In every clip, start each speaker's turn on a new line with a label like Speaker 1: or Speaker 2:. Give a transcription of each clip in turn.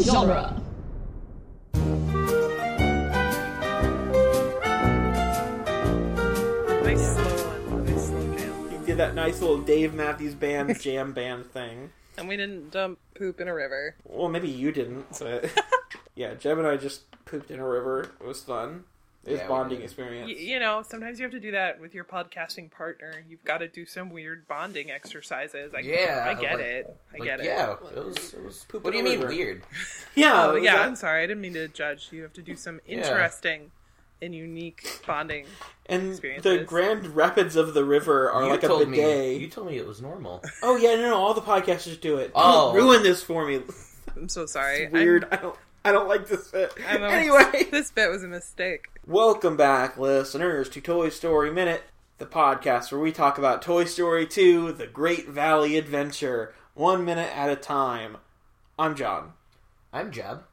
Speaker 1: genre.
Speaker 2: Nice slow one. Nice slow jam.
Speaker 3: You did that nice little Dave Matthews Band jam band thing.
Speaker 2: And we didn't dump poop in a river.
Speaker 3: Well, maybe you didn't, but yeah, Jeb and I just pooped in a river. It was fun. It was
Speaker 4: Yeah, we
Speaker 3: bonding
Speaker 4: did.
Speaker 3: experience.
Speaker 2: Y- you know, sometimes you have to do that with your podcasting partner. You've got to do some weird bonding exercises. I,
Speaker 4: Yeah,
Speaker 2: I get
Speaker 4: like-
Speaker 2: it. I
Speaker 4: Like,
Speaker 2: get it.
Speaker 4: Yeah, it was. It was
Speaker 3: Poop
Speaker 4: what do you
Speaker 3: in a
Speaker 4: mean
Speaker 3: river.
Speaker 4: weird?
Speaker 3: Yeah,
Speaker 2: Oh,
Speaker 3: it was
Speaker 2: yeah.
Speaker 3: that-
Speaker 2: I'm sorry. I didn't mean to judge. You have to do some
Speaker 4: Yeah.
Speaker 2: interesting and unique bonding.
Speaker 3: and the
Speaker 2: experiences.
Speaker 3: Grand Rapids of the river are
Speaker 4: you
Speaker 3: like a
Speaker 4: told
Speaker 3: bidet.
Speaker 4: me. You told me it was normal.
Speaker 3: Oh yeah, no, no, all the podcasters do it.
Speaker 4: Oh.
Speaker 3: Don't ruin this for me.
Speaker 2: I'm so sorry.
Speaker 3: It's weird. I don't. I don't like this bit.
Speaker 2: I'm- I'm-
Speaker 3: Anyway,
Speaker 2: This bit was a mistake.
Speaker 3: welcome back, listeners, to Toy Story Minute, the podcast where we talk about Toy Story 2: The Great Valley Adventure, one minute at a time. I'm John,
Speaker 4: I'm Jeb.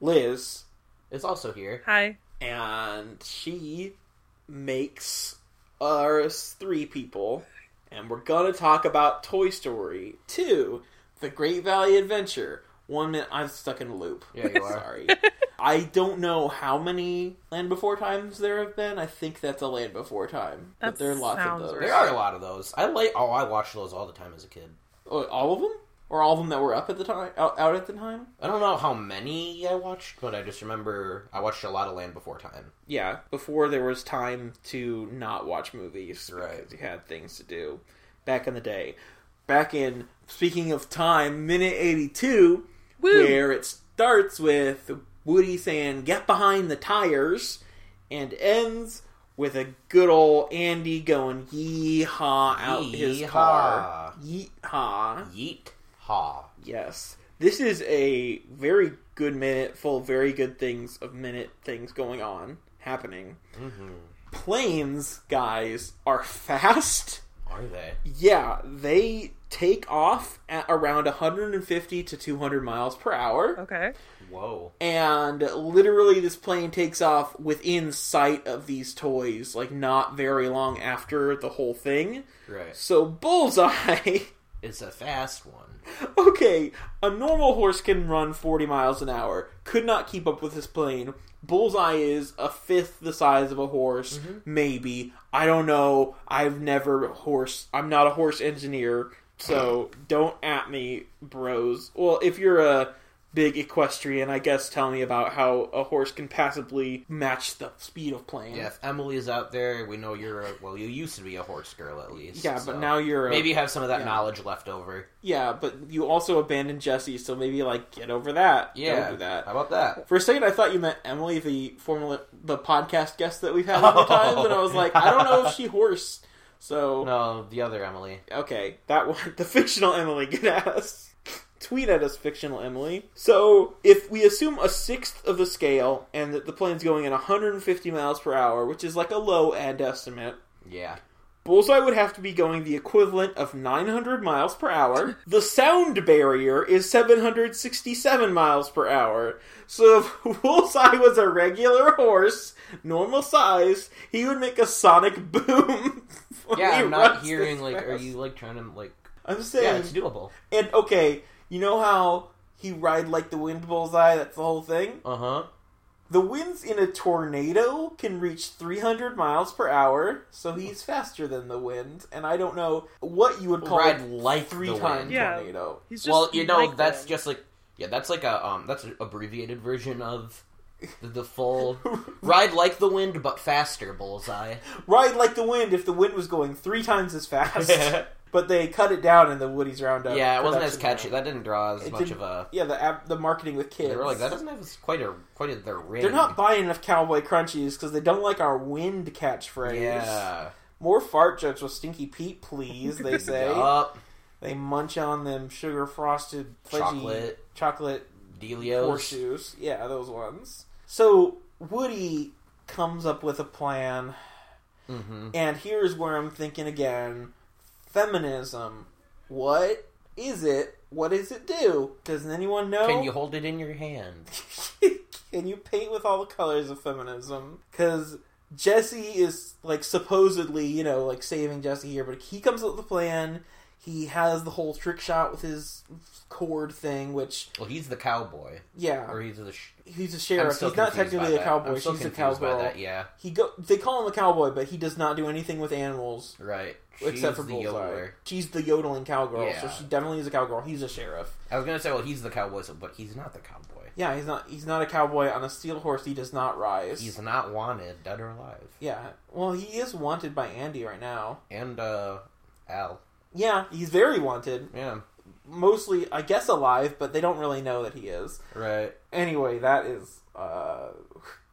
Speaker 3: Liz,
Speaker 4: Is also here.
Speaker 2: Hi.
Speaker 3: and she makes us three people, and we're gonna talk about Toy Story 2: The Great Valley Adventure. One minute, I'm stuck in a loop.
Speaker 4: Yeah, you are.
Speaker 3: Sorry. I don't know how many Land Before times there have been. I think that's a Land Before time. but
Speaker 2: That
Speaker 3: there are lots of
Speaker 2: sounds
Speaker 3: those.
Speaker 4: There are a lot of those. I like. Oh, I watched those all the time as a kid.
Speaker 3: Oh, All of them? Or all of them that were up at the time, out, out at the time?
Speaker 4: I don't know how many I watched, but I just remember I watched a lot of Land Before Time.
Speaker 3: Yeah, before there was time to not watch movies
Speaker 4: Right.
Speaker 3: because you had things to do back in the day. Back in speaking of time, minute eighty-two,
Speaker 2: Woo.
Speaker 3: where it starts with Woody saying "Get behind the tires," and ends with a good old Andy going "Yeehaw!" out his car. Yeehaw!
Speaker 4: Yeet ha.
Speaker 3: Yes. This is a very good minute, full of very good things of minute things going on, happening. Planes, guys, are fast.
Speaker 4: Are they?
Speaker 3: Yeah, they take off at around 150 to 200 miles per hour.
Speaker 2: Okay.
Speaker 4: Whoa.
Speaker 3: And literally, this plane takes off within sight of these toys, like not very long after the whole thing.
Speaker 4: Right.
Speaker 3: So, Bullseye.
Speaker 4: It's a fast one.
Speaker 3: Okay, a normal horse can run 40 miles an hour. Could not keep up with this plane. Bullseye is a fifth the size of a horse,
Speaker 4: Mm-hmm.
Speaker 3: maybe. I don't know. I've never horse. I'm not a horse engineer, so don't at me, bros. Well, if you're a big equestrian, I guess tell me about how a horse can passably match the speed of plane.
Speaker 4: Yeah, if Emily's out there, we know you're. A, well, you used to be a horse girl at least.
Speaker 3: Yeah,
Speaker 4: so
Speaker 3: but now you're a,
Speaker 4: maybe you have some of that
Speaker 3: yeah.
Speaker 4: knowledge left over.
Speaker 3: Yeah, but you also abandoned Jesse, so maybe like get over that.
Speaker 4: Yeah.
Speaker 3: Don't do that.
Speaker 4: How about that?
Speaker 3: For a second, I thought you meant Emily, the former the podcast guest that we've had all the time, and I was like, I don't know if she horse. So
Speaker 4: No, the other Emily.
Speaker 3: okay, that one, the fictional Emily, get at us. Tweet at us, fictional Emily. So if we assume a sixth of the scale, and that the plane's going at 150 miles per hour, which is like a low end estimate.
Speaker 4: Yeah.
Speaker 3: Bullseye would have to be going the equivalent of 900 miles per hour. The sound barrier is 767 miles per hour. So if Bullseye was a regular horse, normal size, he would make a sonic boom. when
Speaker 4: Yeah,
Speaker 3: he
Speaker 4: I'm not
Speaker 3: runs
Speaker 4: hearing
Speaker 3: this
Speaker 4: like. Are
Speaker 3: fast.
Speaker 4: you like trying to like?
Speaker 3: I'm
Speaker 4: Yeah,
Speaker 3: saying.
Speaker 4: it's doable.
Speaker 3: and okay, you know how he ride like the wind, Bullseye. That's the whole thing.
Speaker 4: Uh huh.
Speaker 3: The winds in a tornado can reach 300 miles per hour, so he's faster than the wind. And I don't know what you would call
Speaker 4: Ride
Speaker 3: a
Speaker 4: like
Speaker 3: three
Speaker 4: the
Speaker 3: time
Speaker 4: wind.
Speaker 2: Yeah.
Speaker 3: tornado.
Speaker 2: He's just
Speaker 4: Well, you know
Speaker 2: like
Speaker 4: that's
Speaker 2: them.
Speaker 4: just like yeah, that's like a um that's an abbreviated version of the, the full ride like the wind but faster bullseye.
Speaker 3: Ride like the wind if the wind was going three times as fast. but they cut it down in the Woody's Roundup.
Speaker 4: yeah, it wasn't as
Speaker 3: production
Speaker 4: catchy.
Speaker 3: round.
Speaker 4: That didn't draw as
Speaker 3: It
Speaker 4: much
Speaker 3: didn't-
Speaker 4: of a.
Speaker 3: Yeah, the app, the marketing with kids.
Speaker 4: They were like that doesn't have as- quite a quite a their ring.
Speaker 3: They're not buying enough Cowboy Crunchies because they don't like our wind catchphrase.
Speaker 4: Yeah.
Speaker 3: More fart jokes with Stinky Pete, please, they say.
Speaker 4: Yup.
Speaker 3: They munch on them sugar frosted fudgy
Speaker 4: Chocolate.
Speaker 3: chocolate
Speaker 4: Delios.
Speaker 3: horseshoes. Yeah, those ones. So Woody comes up with a plan,
Speaker 4: Mm-hmm.
Speaker 3: and here's where I'm thinking again: feminism. What is it? What does it do? Does anyone know?
Speaker 4: Can you hold it in your hand?
Speaker 3: Can you paint with all the colors of feminism? Because Jesse is like supposedly, you know, like saving Jesse here, but he comes up with a plan. He has the whole trick shot with his cord thing, which
Speaker 4: Well, he's the cowboy,
Speaker 3: yeah,
Speaker 4: or he's the. Sh-
Speaker 3: he's a
Speaker 4: I'm
Speaker 3: sheriff.
Speaker 4: still
Speaker 3: He's not
Speaker 4: confused by
Speaker 3: technically a
Speaker 4: that.
Speaker 3: cowboy.
Speaker 4: I'm still
Speaker 3: She's a
Speaker 4: confused by
Speaker 3: cowgirl.
Speaker 4: that. Yeah,
Speaker 3: He go. They call him a cowboy, but he does not do anything with animals
Speaker 4: right.
Speaker 3: except
Speaker 4: She's
Speaker 3: for
Speaker 4: the
Speaker 3: Bullseye.
Speaker 4: yodeler.
Speaker 3: She's the yodeling cowgirl, so
Speaker 4: Yeah.
Speaker 3: she definitely is a cowgirl. He's a sheriff.
Speaker 4: I was gonna say, well, he's the cowboy, so- but he's not the cowboy.
Speaker 3: Yeah, he's not. He's not a cowboy on a steel horse. He does not rise.
Speaker 4: He's not wanted, dead or alive.
Speaker 3: yeah. Well, he is wanted by Andy right now.
Speaker 4: And uh, Al.
Speaker 3: Yeah, he's very wanted.
Speaker 4: Yeah,
Speaker 3: Mostly, I guess, alive, but they don't really know that he is.
Speaker 4: right.
Speaker 3: Anyway, that is. uh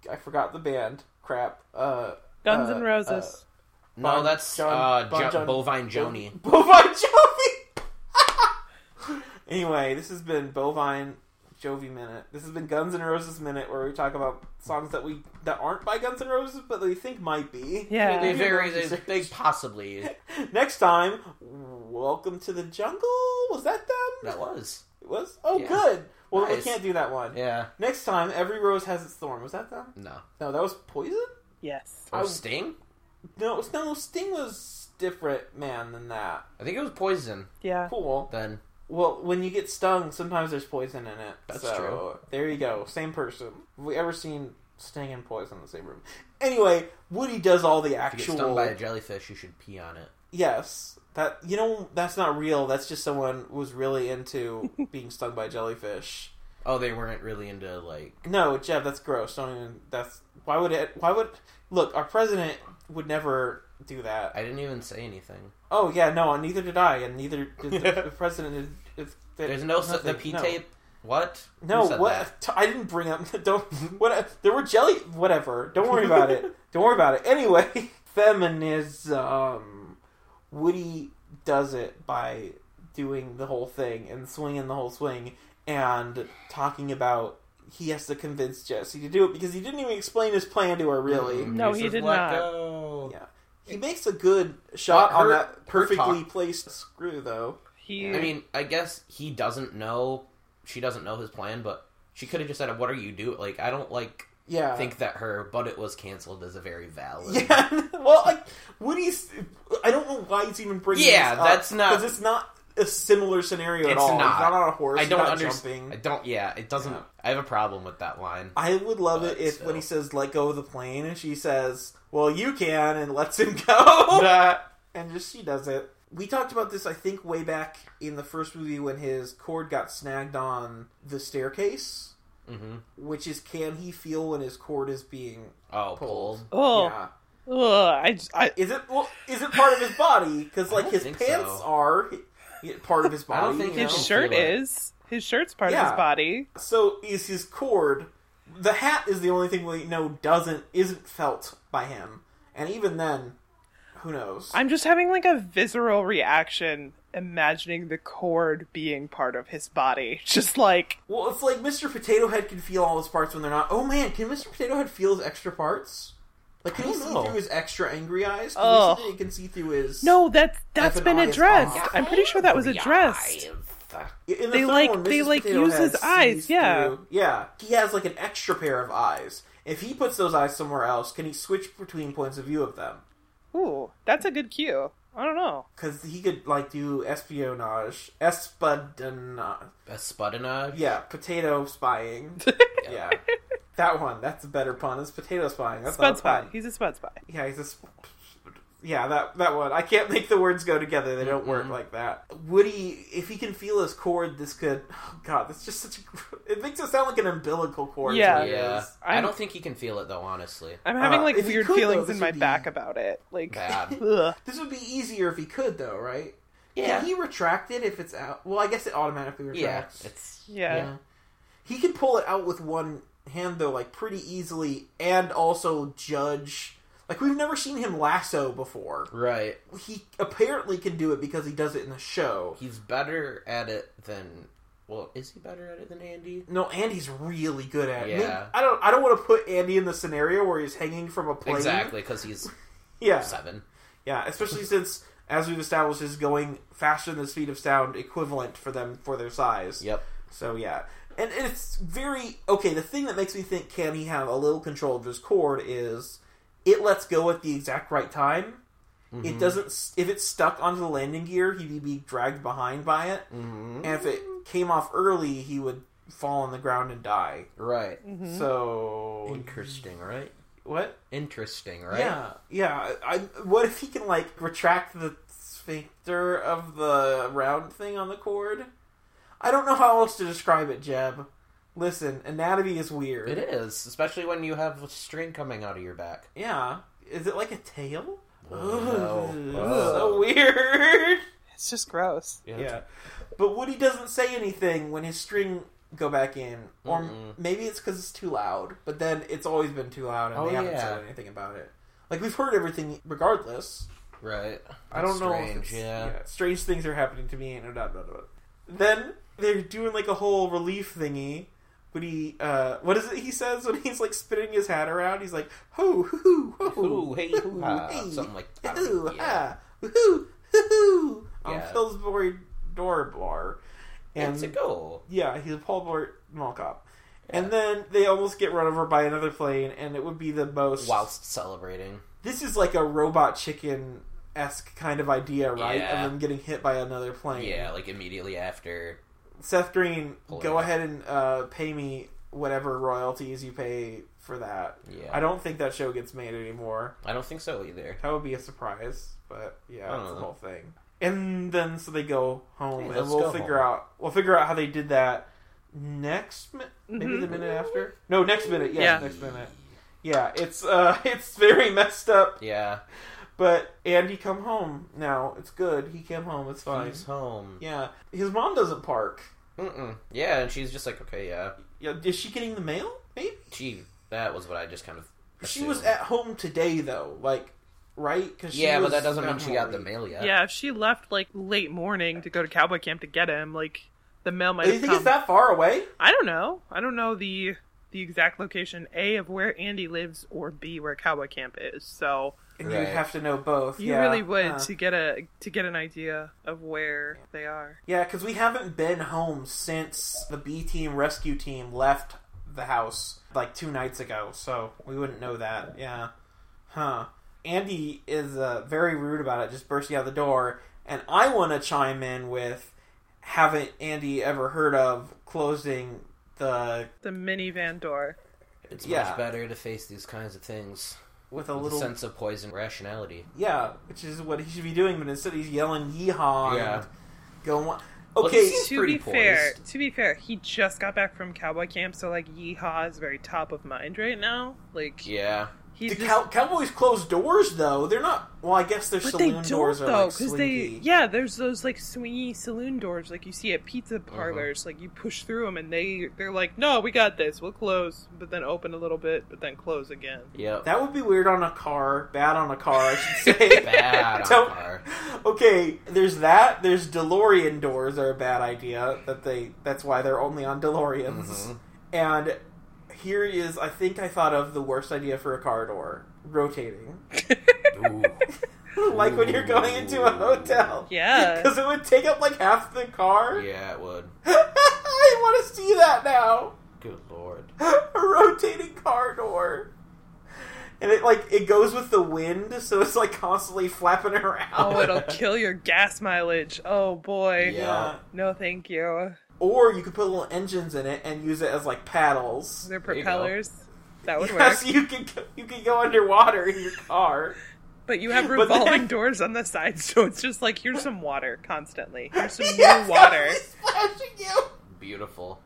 Speaker 3: I forgot the band. Crap. Uh,
Speaker 2: Guns
Speaker 3: uh,
Speaker 2: and Roses.
Speaker 4: No,
Speaker 3: Bon-
Speaker 4: that's
Speaker 3: John-
Speaker 4: uh,
Speaker 3: Bon
Speaker 4: Jo-
Speaker 3: Jovi-
Speaker 4: bovine Joni.
Speaker 3: Bovine Jovi. anyway, this has been Bovine Jovi minute. This has been Guns N' Roses minute, where we talk about songs that we that aren't by Guns N' Roses, but that we think might be.
Speaker 2: yeah.
Speaker 4: They
Speaker 3: Yeah.
Speaker 4: very, they, they possibly
Speaker 3: Next time, Welcome to the Jungle. Was that them?
Speaker 4: that was.
Speaker 3: It was. Oh,
Speaker 4: Yeah.
Speaker 3: good. Well, we
Speaker 4: Nice.
Speaker 3: can't do that one.
Speaker 4: Yeah,
Speaker 3: Next time, every rose has its thorn. Was that them?
Speaker 4: no.
Speaker 3: No, that was poison.
Speaker 2: Yes.
Speaker 4: Or
Speaker 3: I-
Speaker 4: Sting?
Speaker 3: No, it was, no, Sting was different man than that.
Speaker 4: I think it was Poison.
Speaker 2: Yeah.
Speaker 3: Cool.
Speaker 4: Then
Speaker 3: Well, when you get stung, sometimes there's poison in it.
Speaker 4: That's
Speaker 3: so,
Speaker 4: true.
Speaker 3: There you go. Same person. Have we ever seen sting and poison in the same room? Anyway, Woody does all the
Speaker 4: if you get stung
Speaker 3: actual.
Speaker 4: by a jellyfish, you should pee on it.
Speaker 3: yes, that you know that's not real. That's just someone was really into being stung by jellyfish.
Speaker 4: Oh, they weren't really into like.
Speaker 3: No, Jeff, that's gross. Don't even. That's why would it? Why would look? Our president would never do that.
Speaker 4: I didn't even say anything.
Speaker 3: Oh yeah, no, and neither did I, and neither did the, the president. Did, did,
Speaker 4: There's no su- the
Speaker 3: nothing.
Speaker 4: pee
Speaker 3: No.
Speaker 4: tape. What? Who
Speaker 3: No,
Speaker 4: said that?
Speaker 3: what? T- I didn't bring up. Don't. What? There were jelly. Whatever. Don't worry about it. Don't worry about it. Anyway, feminism. Woody does it by doing the whole thing and swinging the whole swing and talking about he has to convince Jesse to do it because he didn't even explain his plan to her. Really,
Speaker 4: Mm,
Speaker 2: No,
Speaker 4: you
Speaker 2: he
Speaker 4: just
Speaker 2: did
Speaker 4: let
Speaker 2: not.
Speaker 4: go.
Speaker 3: Yeah. he makes a good shot
Speaker 4: Well, her-
Speaker 3: on that perfectly
Speaker 4: talk-
Speaker 3: placed screw, though.
Speaker 2: He.
Speaker 4: I mean, I guess he doesn't know. She doesn't know his plan, but she could have just said, "What are you doing?" Like, I don't like
Speaker 3: Yeah,
Speaker 4: think that her, but it was canceled is a very valid.
Speaker 3: Yeah. Well, like Woody's. I don't know why he's even bringing.
Speaker 4: Yeah,
Speaker 3: this up,
Speaker 4: that's not-
Speaker 3: because it's not a similar scenario at
Speaker 4: It's
Speaker 3: all. He's
Speaker 4: not.
Speaker 3: not on a horse.
Speaker 4: I
Speaker 3: he's
Speaker 4: don't
Speaker 3: not
Speaker 4: understand. I
Speaker 3: Jumping.
Speaker 4: don't. Yeah, it doesn't.
Speaker 3: Yeah.
Speaker 4: I have a problem with that line.
Speaker 3: I would love
Speaker 4: But
Speaker 3: it if when
Speaker 4: still.
Speaker 3: he says "let go of the plane" and she says, "Well, you can," and lets him go, and just she does it. We talked about this, I think, way back in the first movie when his cord got snagged on the staircase,
Speaker 4: hmm
Speaker 3: which is can he feel when his cord is being
Speaker 4: Oh,
Speaker 3: pulled?
Speaker 4: pulled.
Speaker 2: oh,
Speaker 3: Yeah.
Speaker 2: ugh, I, j- I-
Speaker 3: Is it well? Is it part of his body? Because
Speaker 4: I
Speaker 3: like
Speaker 4: don't
Speaker 3: his
Speaker 4: think
Speaker 3: pants
Speaker 4: so.
Speaker 3: are he- part of his
Speaker 4: I
Speaker 3: body.
Speaker 4: don't think
Speaker 3: you know?
Speaker 2: his
Speaker 4: don't
Speaker 2: shirt
Speaker 4: feel it.
Speaker 2: is. His shirt's part of
Speaker 3: Yeah.
Speaker 2: his body.
Speaker 3: so. Is his cord? The hat is the only thing we know doesn't isn't felt by him, and even then, who knows?
Speaker 2: I'm just having like a visceral reaction imagining the cord being part of his body. Just like,
Speaker 3: well, it's like Mr. Potato Head can feel all his parts when they're not. Oh man, can Mr. Potato Head feel his extra parts? Like can
Speaker 4: I
Speaker 3: he
Speaker 4: don't
Speaker 3: see
Speaker 4: know.
Speaker 3: through his extra angry eyes? Can
Speaker 2: Oh.
Speaker 3: he see that he can see through his
Speaker 2: no, that's that's
Speaker 3: an
Speaker 2: been
Speaker 3: eye is
Speaker 2: addressed.
Speaker 3: off.
Speaker 2: I'm pretty sure that was addressed.
Speaker 3: In the
Speaker 2: They
Speaker 3: third
Speaker 2: like-
Speaker 3: one,
Speaker 2: they,
Speaker 3: Mrs.
Speaker 2: like,
Speaker 3: Potato
Speaker 2: use
Speaker 3: Head
Speaker 2: his eyes,
Speaker 3: sees
Speaker 2: yeah.
Speaker 3: through- yeah. He has like an extra pair of eyes. If he puts those eyes somewhere else, can he switch between points of view of them?
Speaker 2: Ooh, that's a good cue. I don't know.
Speaker 3: Because he could like do espionage, espionage.
Speaker 4: Espudinage.
Speaker 3: Yeah, potato spying. yeah, that one. That's a better pun. It's potato spying. That's
Speaker 2: Spud
Speaker 3: not a
Speaker 2: spy.
Speaker 3: pun.
Speaker 2: He's a spud spy.
Speaker 3: Yeah, he's a. Sp- yeah, that that one. I can't make the words go together. They don't work
Speaker 4: Mhm.
Speaker 3: like that. Woody, if he can feel his cord, this could. Oh God, that's just such a. gr- It makes it sound like an umbilical cord. is
Speaker 2: Yeah.
Speaker 4: Yeah.
Speaker 3: what it is.
Speaker 4: I
Speaker 2: I'm-
Speaker 4: don't think he can feel it though. Honestly,
Speaker 2: I'm having
Speaker 3: Uh,
Speaker 2: like
Speaker 3: if you
Speaker 2: weird
Speaker 3: could, though,
Speaker 2: feelings
Speaker 3: this
Speaker 2: in my
Speaker 3: would be
Speaker 2: back about it. Like,
Speaker 4: bad.
Speaker 2: ugh.
Speaker 3: This would be easier if he could, though, right?
Speaker 4: Yeah.
Speaker 3: Can he retract it if it's out? Well, I guess it automatically
Speaker 4: yeah,
Speaker 3: retracts.
Speaker 4: it's
Speaker 2: Yeah.
Speaker 3: He could pull it out with one hand though, like pretty easily, and also judge. Like we've never seen him lasso before.
Speaker 4: right.
Speaker 3: He apparently can do it because he does it in the show.
Speaker 4: He's better at it than. Well, is he better at it than Andy?
Speaker 3: No, Andy's really good at it.
Speaker 4: Yeah.
Speaker 3: I don't. I don't want to put Andy in the scenario where he's hanging from a plane.
Speaker 4: Exactly, because he's
Speaker 3: Yeah.
Speaker 4: seven.
Speaker 3: Yeah. Especially since, as we've established, is going faster than the speed of sound equivalent for them for their size.
Speaker 4: Yep.
Speaker 3: So yeah, and it's very okay. The thing that makes me think can he have a little control of his cord is it lets go at the exact right time,
Speaker 4: Mm-hmm.
Speaker 3: It doesn't. s- If it's stuck onto the landing gear, he'd be dragged behind by it. And
Speaker 4: Mhm.
Speaker 3: if it came off early, he would fall on the ground and die.
Speaker 4: Right.
Speaker 3: Mm-hmm. So
Speaker 4: Interesting, right?
Speaker 3: what?
Speaker 4: Interesting, right?
Speaker 3: Yeah, yeah. I, what if he can like retract the sphincter of the round thing on the cord? I don't know how else to describe it, Jeb. Listen, anatomy is weird.
Speaker 4: It is, especially when you have a string coming out of your back.
Speaker 3: Yeah. Is it like a tail?
Speaker 4: Oh,
Speaker 3: Ugh,
Speaker 4: no.
Speaker 3: So weird.
Speaker 2: It's just gross.
Speaker 3: Yeah. But Woody doesn't say anything when his string go back in, or m
Speaker 4: Mm-mm.
Speaker 3: maybe it's because it's too loud. But then it's always been too loud, and
Speaker 4: Oh,
Speaker 3: they haven't
Speaker 4: yeah.
Speaker 3: said anything about it. Like we've heard everything, regardless.
Speaker 4: Right.
Speaker 3: I don't know. if
Speaker 4: Strange,
Speaker 3: it's-
Speaker 4: yeah.
Speaker 3: strange things are happening to me. And da, da, da, da. Then they're doing like a whole relief thingy. But he, uh, what is it he says when he's like spinning his hat around? He's like, "Ho, hoo, hoo,
Speaker 4: Ooh,
Speaker 3: hoo,
Speaker 4: hey,
Speaker 3: hoo,
Speaker 4: hoo-ha,"
Speaker 3: hey,
Speaker 4: something like I don't
Speaker 3: hoo,
Speaker 4: know, yeah.
Speaker 3: ha, hoo, hoo, hoo," on
Speaker 4: Yeah.
Speaker 3: Pillsbury door bar,
Speaker 4: It's
Speaker 3: and
Speaker 4: a goal.
Speaker 3: yeah, he's a Paul Blart mall cop. And then they almost get run over by another plane, and it would be the most
Speaker 4: Whilst celebrating.
Speaker 3: this is like a robot chicken esque kind of idea, right?
Speaker 4: Yeah.
Speaker 3: Of them getting hit by another plane.
Speaker 4: Yeah, like immediately after.
Speaker 3: Seth Green,
Speaker 4: Pull it
Speaker 3: go
Speaker 4: out.
Speaker 3: ahead and uh, pay me whatever royalties you pay for that.
Speaker 4: Yeah.
Speaker 3: I don't think that show gets made anymore.
Speaker 4: I don't think so either.
Speaker 3: That would be a surprise, but yeah,
Speaker 4: I
Speaker 3: that's the
Speaker 4: don't know.
Speaker 3: whole thing. And then so they go home,
Speaker 4: Hey,
Speaker 3: and
Speaker 4: let's
Speaker 3: we'll
Speaker 4: go
Speaker 3: figure out we'll figure out how they did that next mi- maybe
Speaker 2: Mhm.
Speaker 3: the minute after. No, next minute. Yeah,
Speaker 2: Yeah.
Speaker 3: next minute. Yeah, it's uh, it's very messed up.
Speaker 4: Yeah.
Speaker 3: But Andy come home now. It's good. He came home. It's fine.
Speaker 4: He's home.
Speaker 3: Yeah. His mom doesn't park.
Speaker 4: Mm-mm. Yeah, and she's just like, okay, yeah.
Speaker 3: Yeah. Is she getting the mail? Maybe.
Speaker 4: Gee, that was what I just kind of.
Speaker 3: She was
Speaker 4: assumed.
Speaker 3: at home today though. Like, right? Cause she
Speaker 4: Yeah, but
Speaker 3: was
Speaker 4: that doesn't
Speaker 3: at
Speaker 4: mean she got the
Speaker 3: home.
Speaker 4: mail yet.
Speaker 2: Yeah, if she left like late morning to go to cowboy camp to get him, like the mail might
Speaker 3: Do Oh, you
Speaker 2: have
Speaker 3: think
Speaker 2: come.
Speaker 3: it's that far away?
Speaker 2: I don't know. I don't know the the exact location A of where Andy lives or B where cowboy camp is. So
Speaker 3: And
Speaker 4: Right.
Speaker 3: you'd have to know both.
Speaker 2: you
Speaker 3: yeah.
Speaker 2: really would
Speaker 3: huh.
Speaker 2: to get a to get an idea of where they are.
Speaker 3: Yeah, because we haven't been home since the B team rescue team left the house like two nights ago, so we wouldn't know that. Yeah. Huh. Andy is uh, very rude about it, just bursting out the door, and I want to chime in with haven't Andy ever heard of closing the
Speaker 2: The minivan door.
Speaker 4: It's
Speaker 3: Yeah.
Speaker 4: much better to face these kinds of things
Speaker 3: with a
Speaker 4: with
Speaker 3: little
Speaker 4: a sense of poison rationality.
Speaker 3: yeah, which is what he should be doing, but instead he's yelling yeehaw
Speaker 4: Yeah.
Speaker 3: and going
Speaker 4: Well,
Speaker 3: okay.
Speaker 4: he's- He's
Speaker 2: to
Speaker 4: pretty
Speaker 2: be fair,
Speaker 4: poised.
Speaker 2: to be fair, he just got back from cowboy camp, so like yeehaw is very top of mind right now. Like
Speaker 4: Yeah.
Speaker 2: he's
Speaker 3: The
Speaker 2: just
Speaker 3: cow- Cowboys close doors though. They're not. Well, I guess their
Speaker 2: But they
Speaker 3: saloon
Speaker 2: don't
Speaker 3: doors are
Speaker 2: though,
Speaker 3: like
Speaker 2: because they
Speaker 3: swingy.
Speaker 2: yeah, there's those like swingy saloon doors like you see at
Speaker 3: Uh-huh.
Speaker 2: pizza parlors. Like you push through them and they they're like, no, we got this. We'll close, but then open a little bit, but then close again.
Speaker 4: Yep.
Speaker 3: That would be weird on a car. Bad on a car, I should say.
Speaker 4: Bad on
Speaker 3: Don't-
Speaker 4: car.
Speaker 3: Okay, there's that. There's DeLorean doors are a bad idea. That they. That's why they're only on DeLoreans.
Speaker 4: Mhm.
Speaker 3: And here is, I think I thought of the worst idea for a car door: rotating.
Speaker 4: Ooh.
Speaker 3: like when you're going into a hotel.
Speaker 2: Yeah.
Speaker 3: Because it would take up like half the car.
Speaker 4: Yeah, it would.
Speaker 3: I want to see that now.
Speaker 4: Good lord.
Speaker 3: a rotating car door. And it like it goes with the wind, so it's like constantly flapping around.
Speaker 2: Oh, it'll kill your gas mileage. Oh boy.
Speaker 4: Yeah.
Speaker 2: No, thank you.
Speaker 3: Or you could put little engines in it and use it as like paddles.
Speaker 2: They're
Speaker 4: There you go.
Speaker 2: propellers. That would
Speaker 3: Yeah, so
Speaker 2: work.
Speaker 3: you could go- you could go underwater in your car.
Speaker 2: But you have
Speaker 3: But then-
Speaker 2: revolving doors on the side, so it's just like here's some water constantly. Here's some
Speaker 3: Yeah,
Speaker 2: new water.
Speaker 3: it's splashing you.
Speaker 4: Beautiful.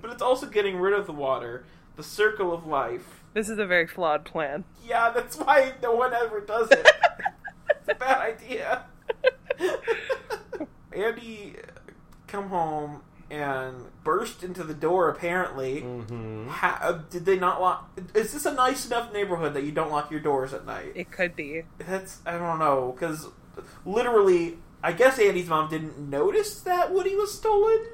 Speaker 3: But it's also getting rid of the water. The circle of life.
Speaker 2: This is a very flawed plan.
Speaker 3: Yeah, that's why no one ever does it. it's a bad idea. Andy uh, come home and burst into the door. Apparently,
Speaker 4: Mm-hmm.
Speaker 3: Ha- uh, did they not lock? Is this a nice enough neighborhood that you don't lock your doors at night?
Speaker 2: It could be.
Speaker 3: That's I don't know because literally, I guess Andy's mom didn't notice that Woody was stolen.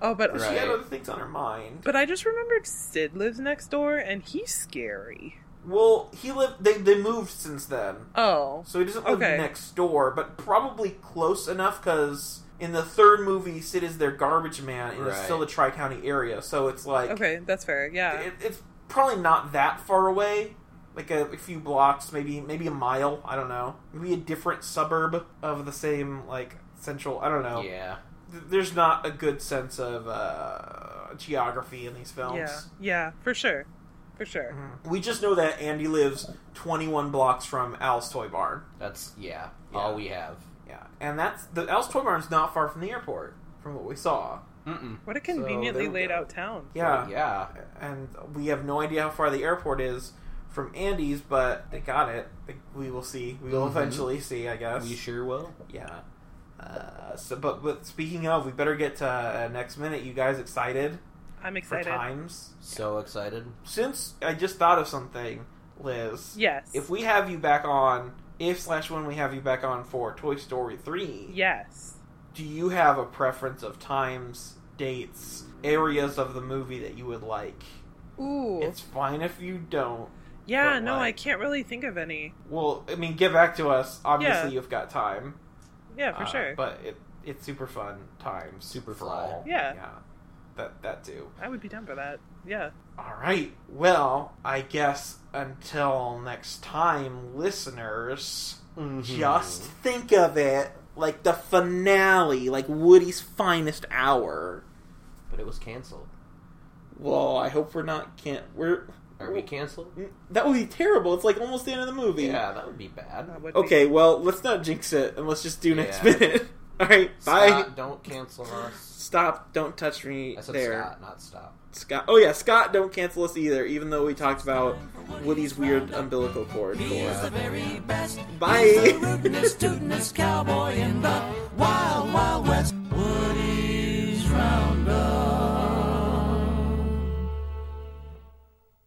Speaker 2: Oh, but
Speaker 4: Right.
Speaker 3: She had other things on her mind.
Speaker 2: But I just remembered Sid lives next door and he's scary.
Speaker 3: Well, he lived. They they moved since then.
Speaker 2: Oh.
Speaker 3: So he doesn't live
Speaker 2: Okay.
Speaker 3: next door, but probably close enough because in the third movie, Sid is their garbage man, and it's
Speaker 4: Right.
Speaker 3: still the Tri County area. So it's like
Speaker 2: Okay, that's fair. Yeah.
Speaker 3: it, it's probably not that far away. like a, a few blocks, maybe maybe a mile. I don't know. Maybe a different suburb of the same like central. I don't know.
Speaker 4: Yeah.
Speaker 3: Th- There's not a good sense of uh, geography in these films. Mm-hmm.
Speaker 2: Yeah, yeah, for sure, for sure.
Speaker 3: We just know that Andy lives 21 blocks from Al's Toy Barn.
Speaker 4: That's yeah, All we have.
Speaker 3: Yeah, and that's the Al's Toy Barn's not far from the airport, from what we saw.
Speaker 4: Mm-mm.
Speaker 2: What a conveniently
Speaker 3: there we
Speaker 2: laid
Speaker 3: go.
Speaker 2: out town.
Speaker 3: Yeah,
Speaker 4: Yeah.
Speaker 3: and we have no idea how far the airport is from Andy's, but they got it. They- We will see. We will
Speaker 4: Mhm.
Speaker 3: eventually see, I guess.
Speaker 4: We sure will.
Speaker 3: yeah. Uh, so, but but speaking of, we better get to uh, next minute. You guys excited
Speaker 2: I'm
Speaker 3: for
Speaker 2: excited.
Speaker 3: times?
Speaker 4: So excited.
Speaker 3: Since I just thought of something, Liz.
Speaker 2: Yes.
Speaker 3: If we have you back on, if slash when we have you back on for Toy Story three,
Speaker 2: yes.
Speaker 3: do you have a preference of times, dates, areas of the movie that you would like?
Speaker 2: Ooh.
Speaker 3: It's fine if you don't.
Speaker 2: yeah.
Speaker 3: but
Speaker 2: No, I
Speaker 3: like-
Speaker 2: can't really think of any.
Speaker 3: Well, I mean, get back to us. Obviously,
Speaker 2: Yeah.
Speaker 3: you've got time.
Speaker 2: Yeah, for
Speaker 3: Uh,
Speaker 2: sure.
Speaker 3: But it it's super fun times.
Speaker 4: Super
Speaker 3: for
Speaker 4: fly.
Speaker 3: all.
Speaker 2: Yeah.
Speaker 3: Yeah. That that too.
Speaker 2: I would be down for that. Yeah.
Speaker 3: All right. Well, I guess until next time, listeners.
Speaker 4: Mm-hmm.
Speaker 3: Just think of it like the finale, like Woody's finest hour.
Speaker 4: But it was canceled.
Speaker 3: Well, I hope we're not can't we're
Speaker 4: Are we canceled?
Speaker 3: that would be terrible. It's like almost the end of the movie.
Speaker 4: Yeah, that would be bad.
Speaker 2: that would be-
Speaker 3: Okay, well, let's not jinx it and let's just do next
Speaker 4: Yeah.
Speaker 3: minute. All right, bye.
Speaker 4: Scott, don't cancel us.
Speaker 3: Stop! Don't touch me
Speaker 4: I said
Speaker 3: there,
Speaker 4: Scott, not stop.
Speaker 3: Scott. Oh yeah, Scott! Don't cancel us either. Even though we talked about Woody's weird umbilical cord.
Speaker 1: He's the very best.
Speaker 3: Bye.
Speaker 1: He's the rootinest, tootinest cowboy in the wild, wild west.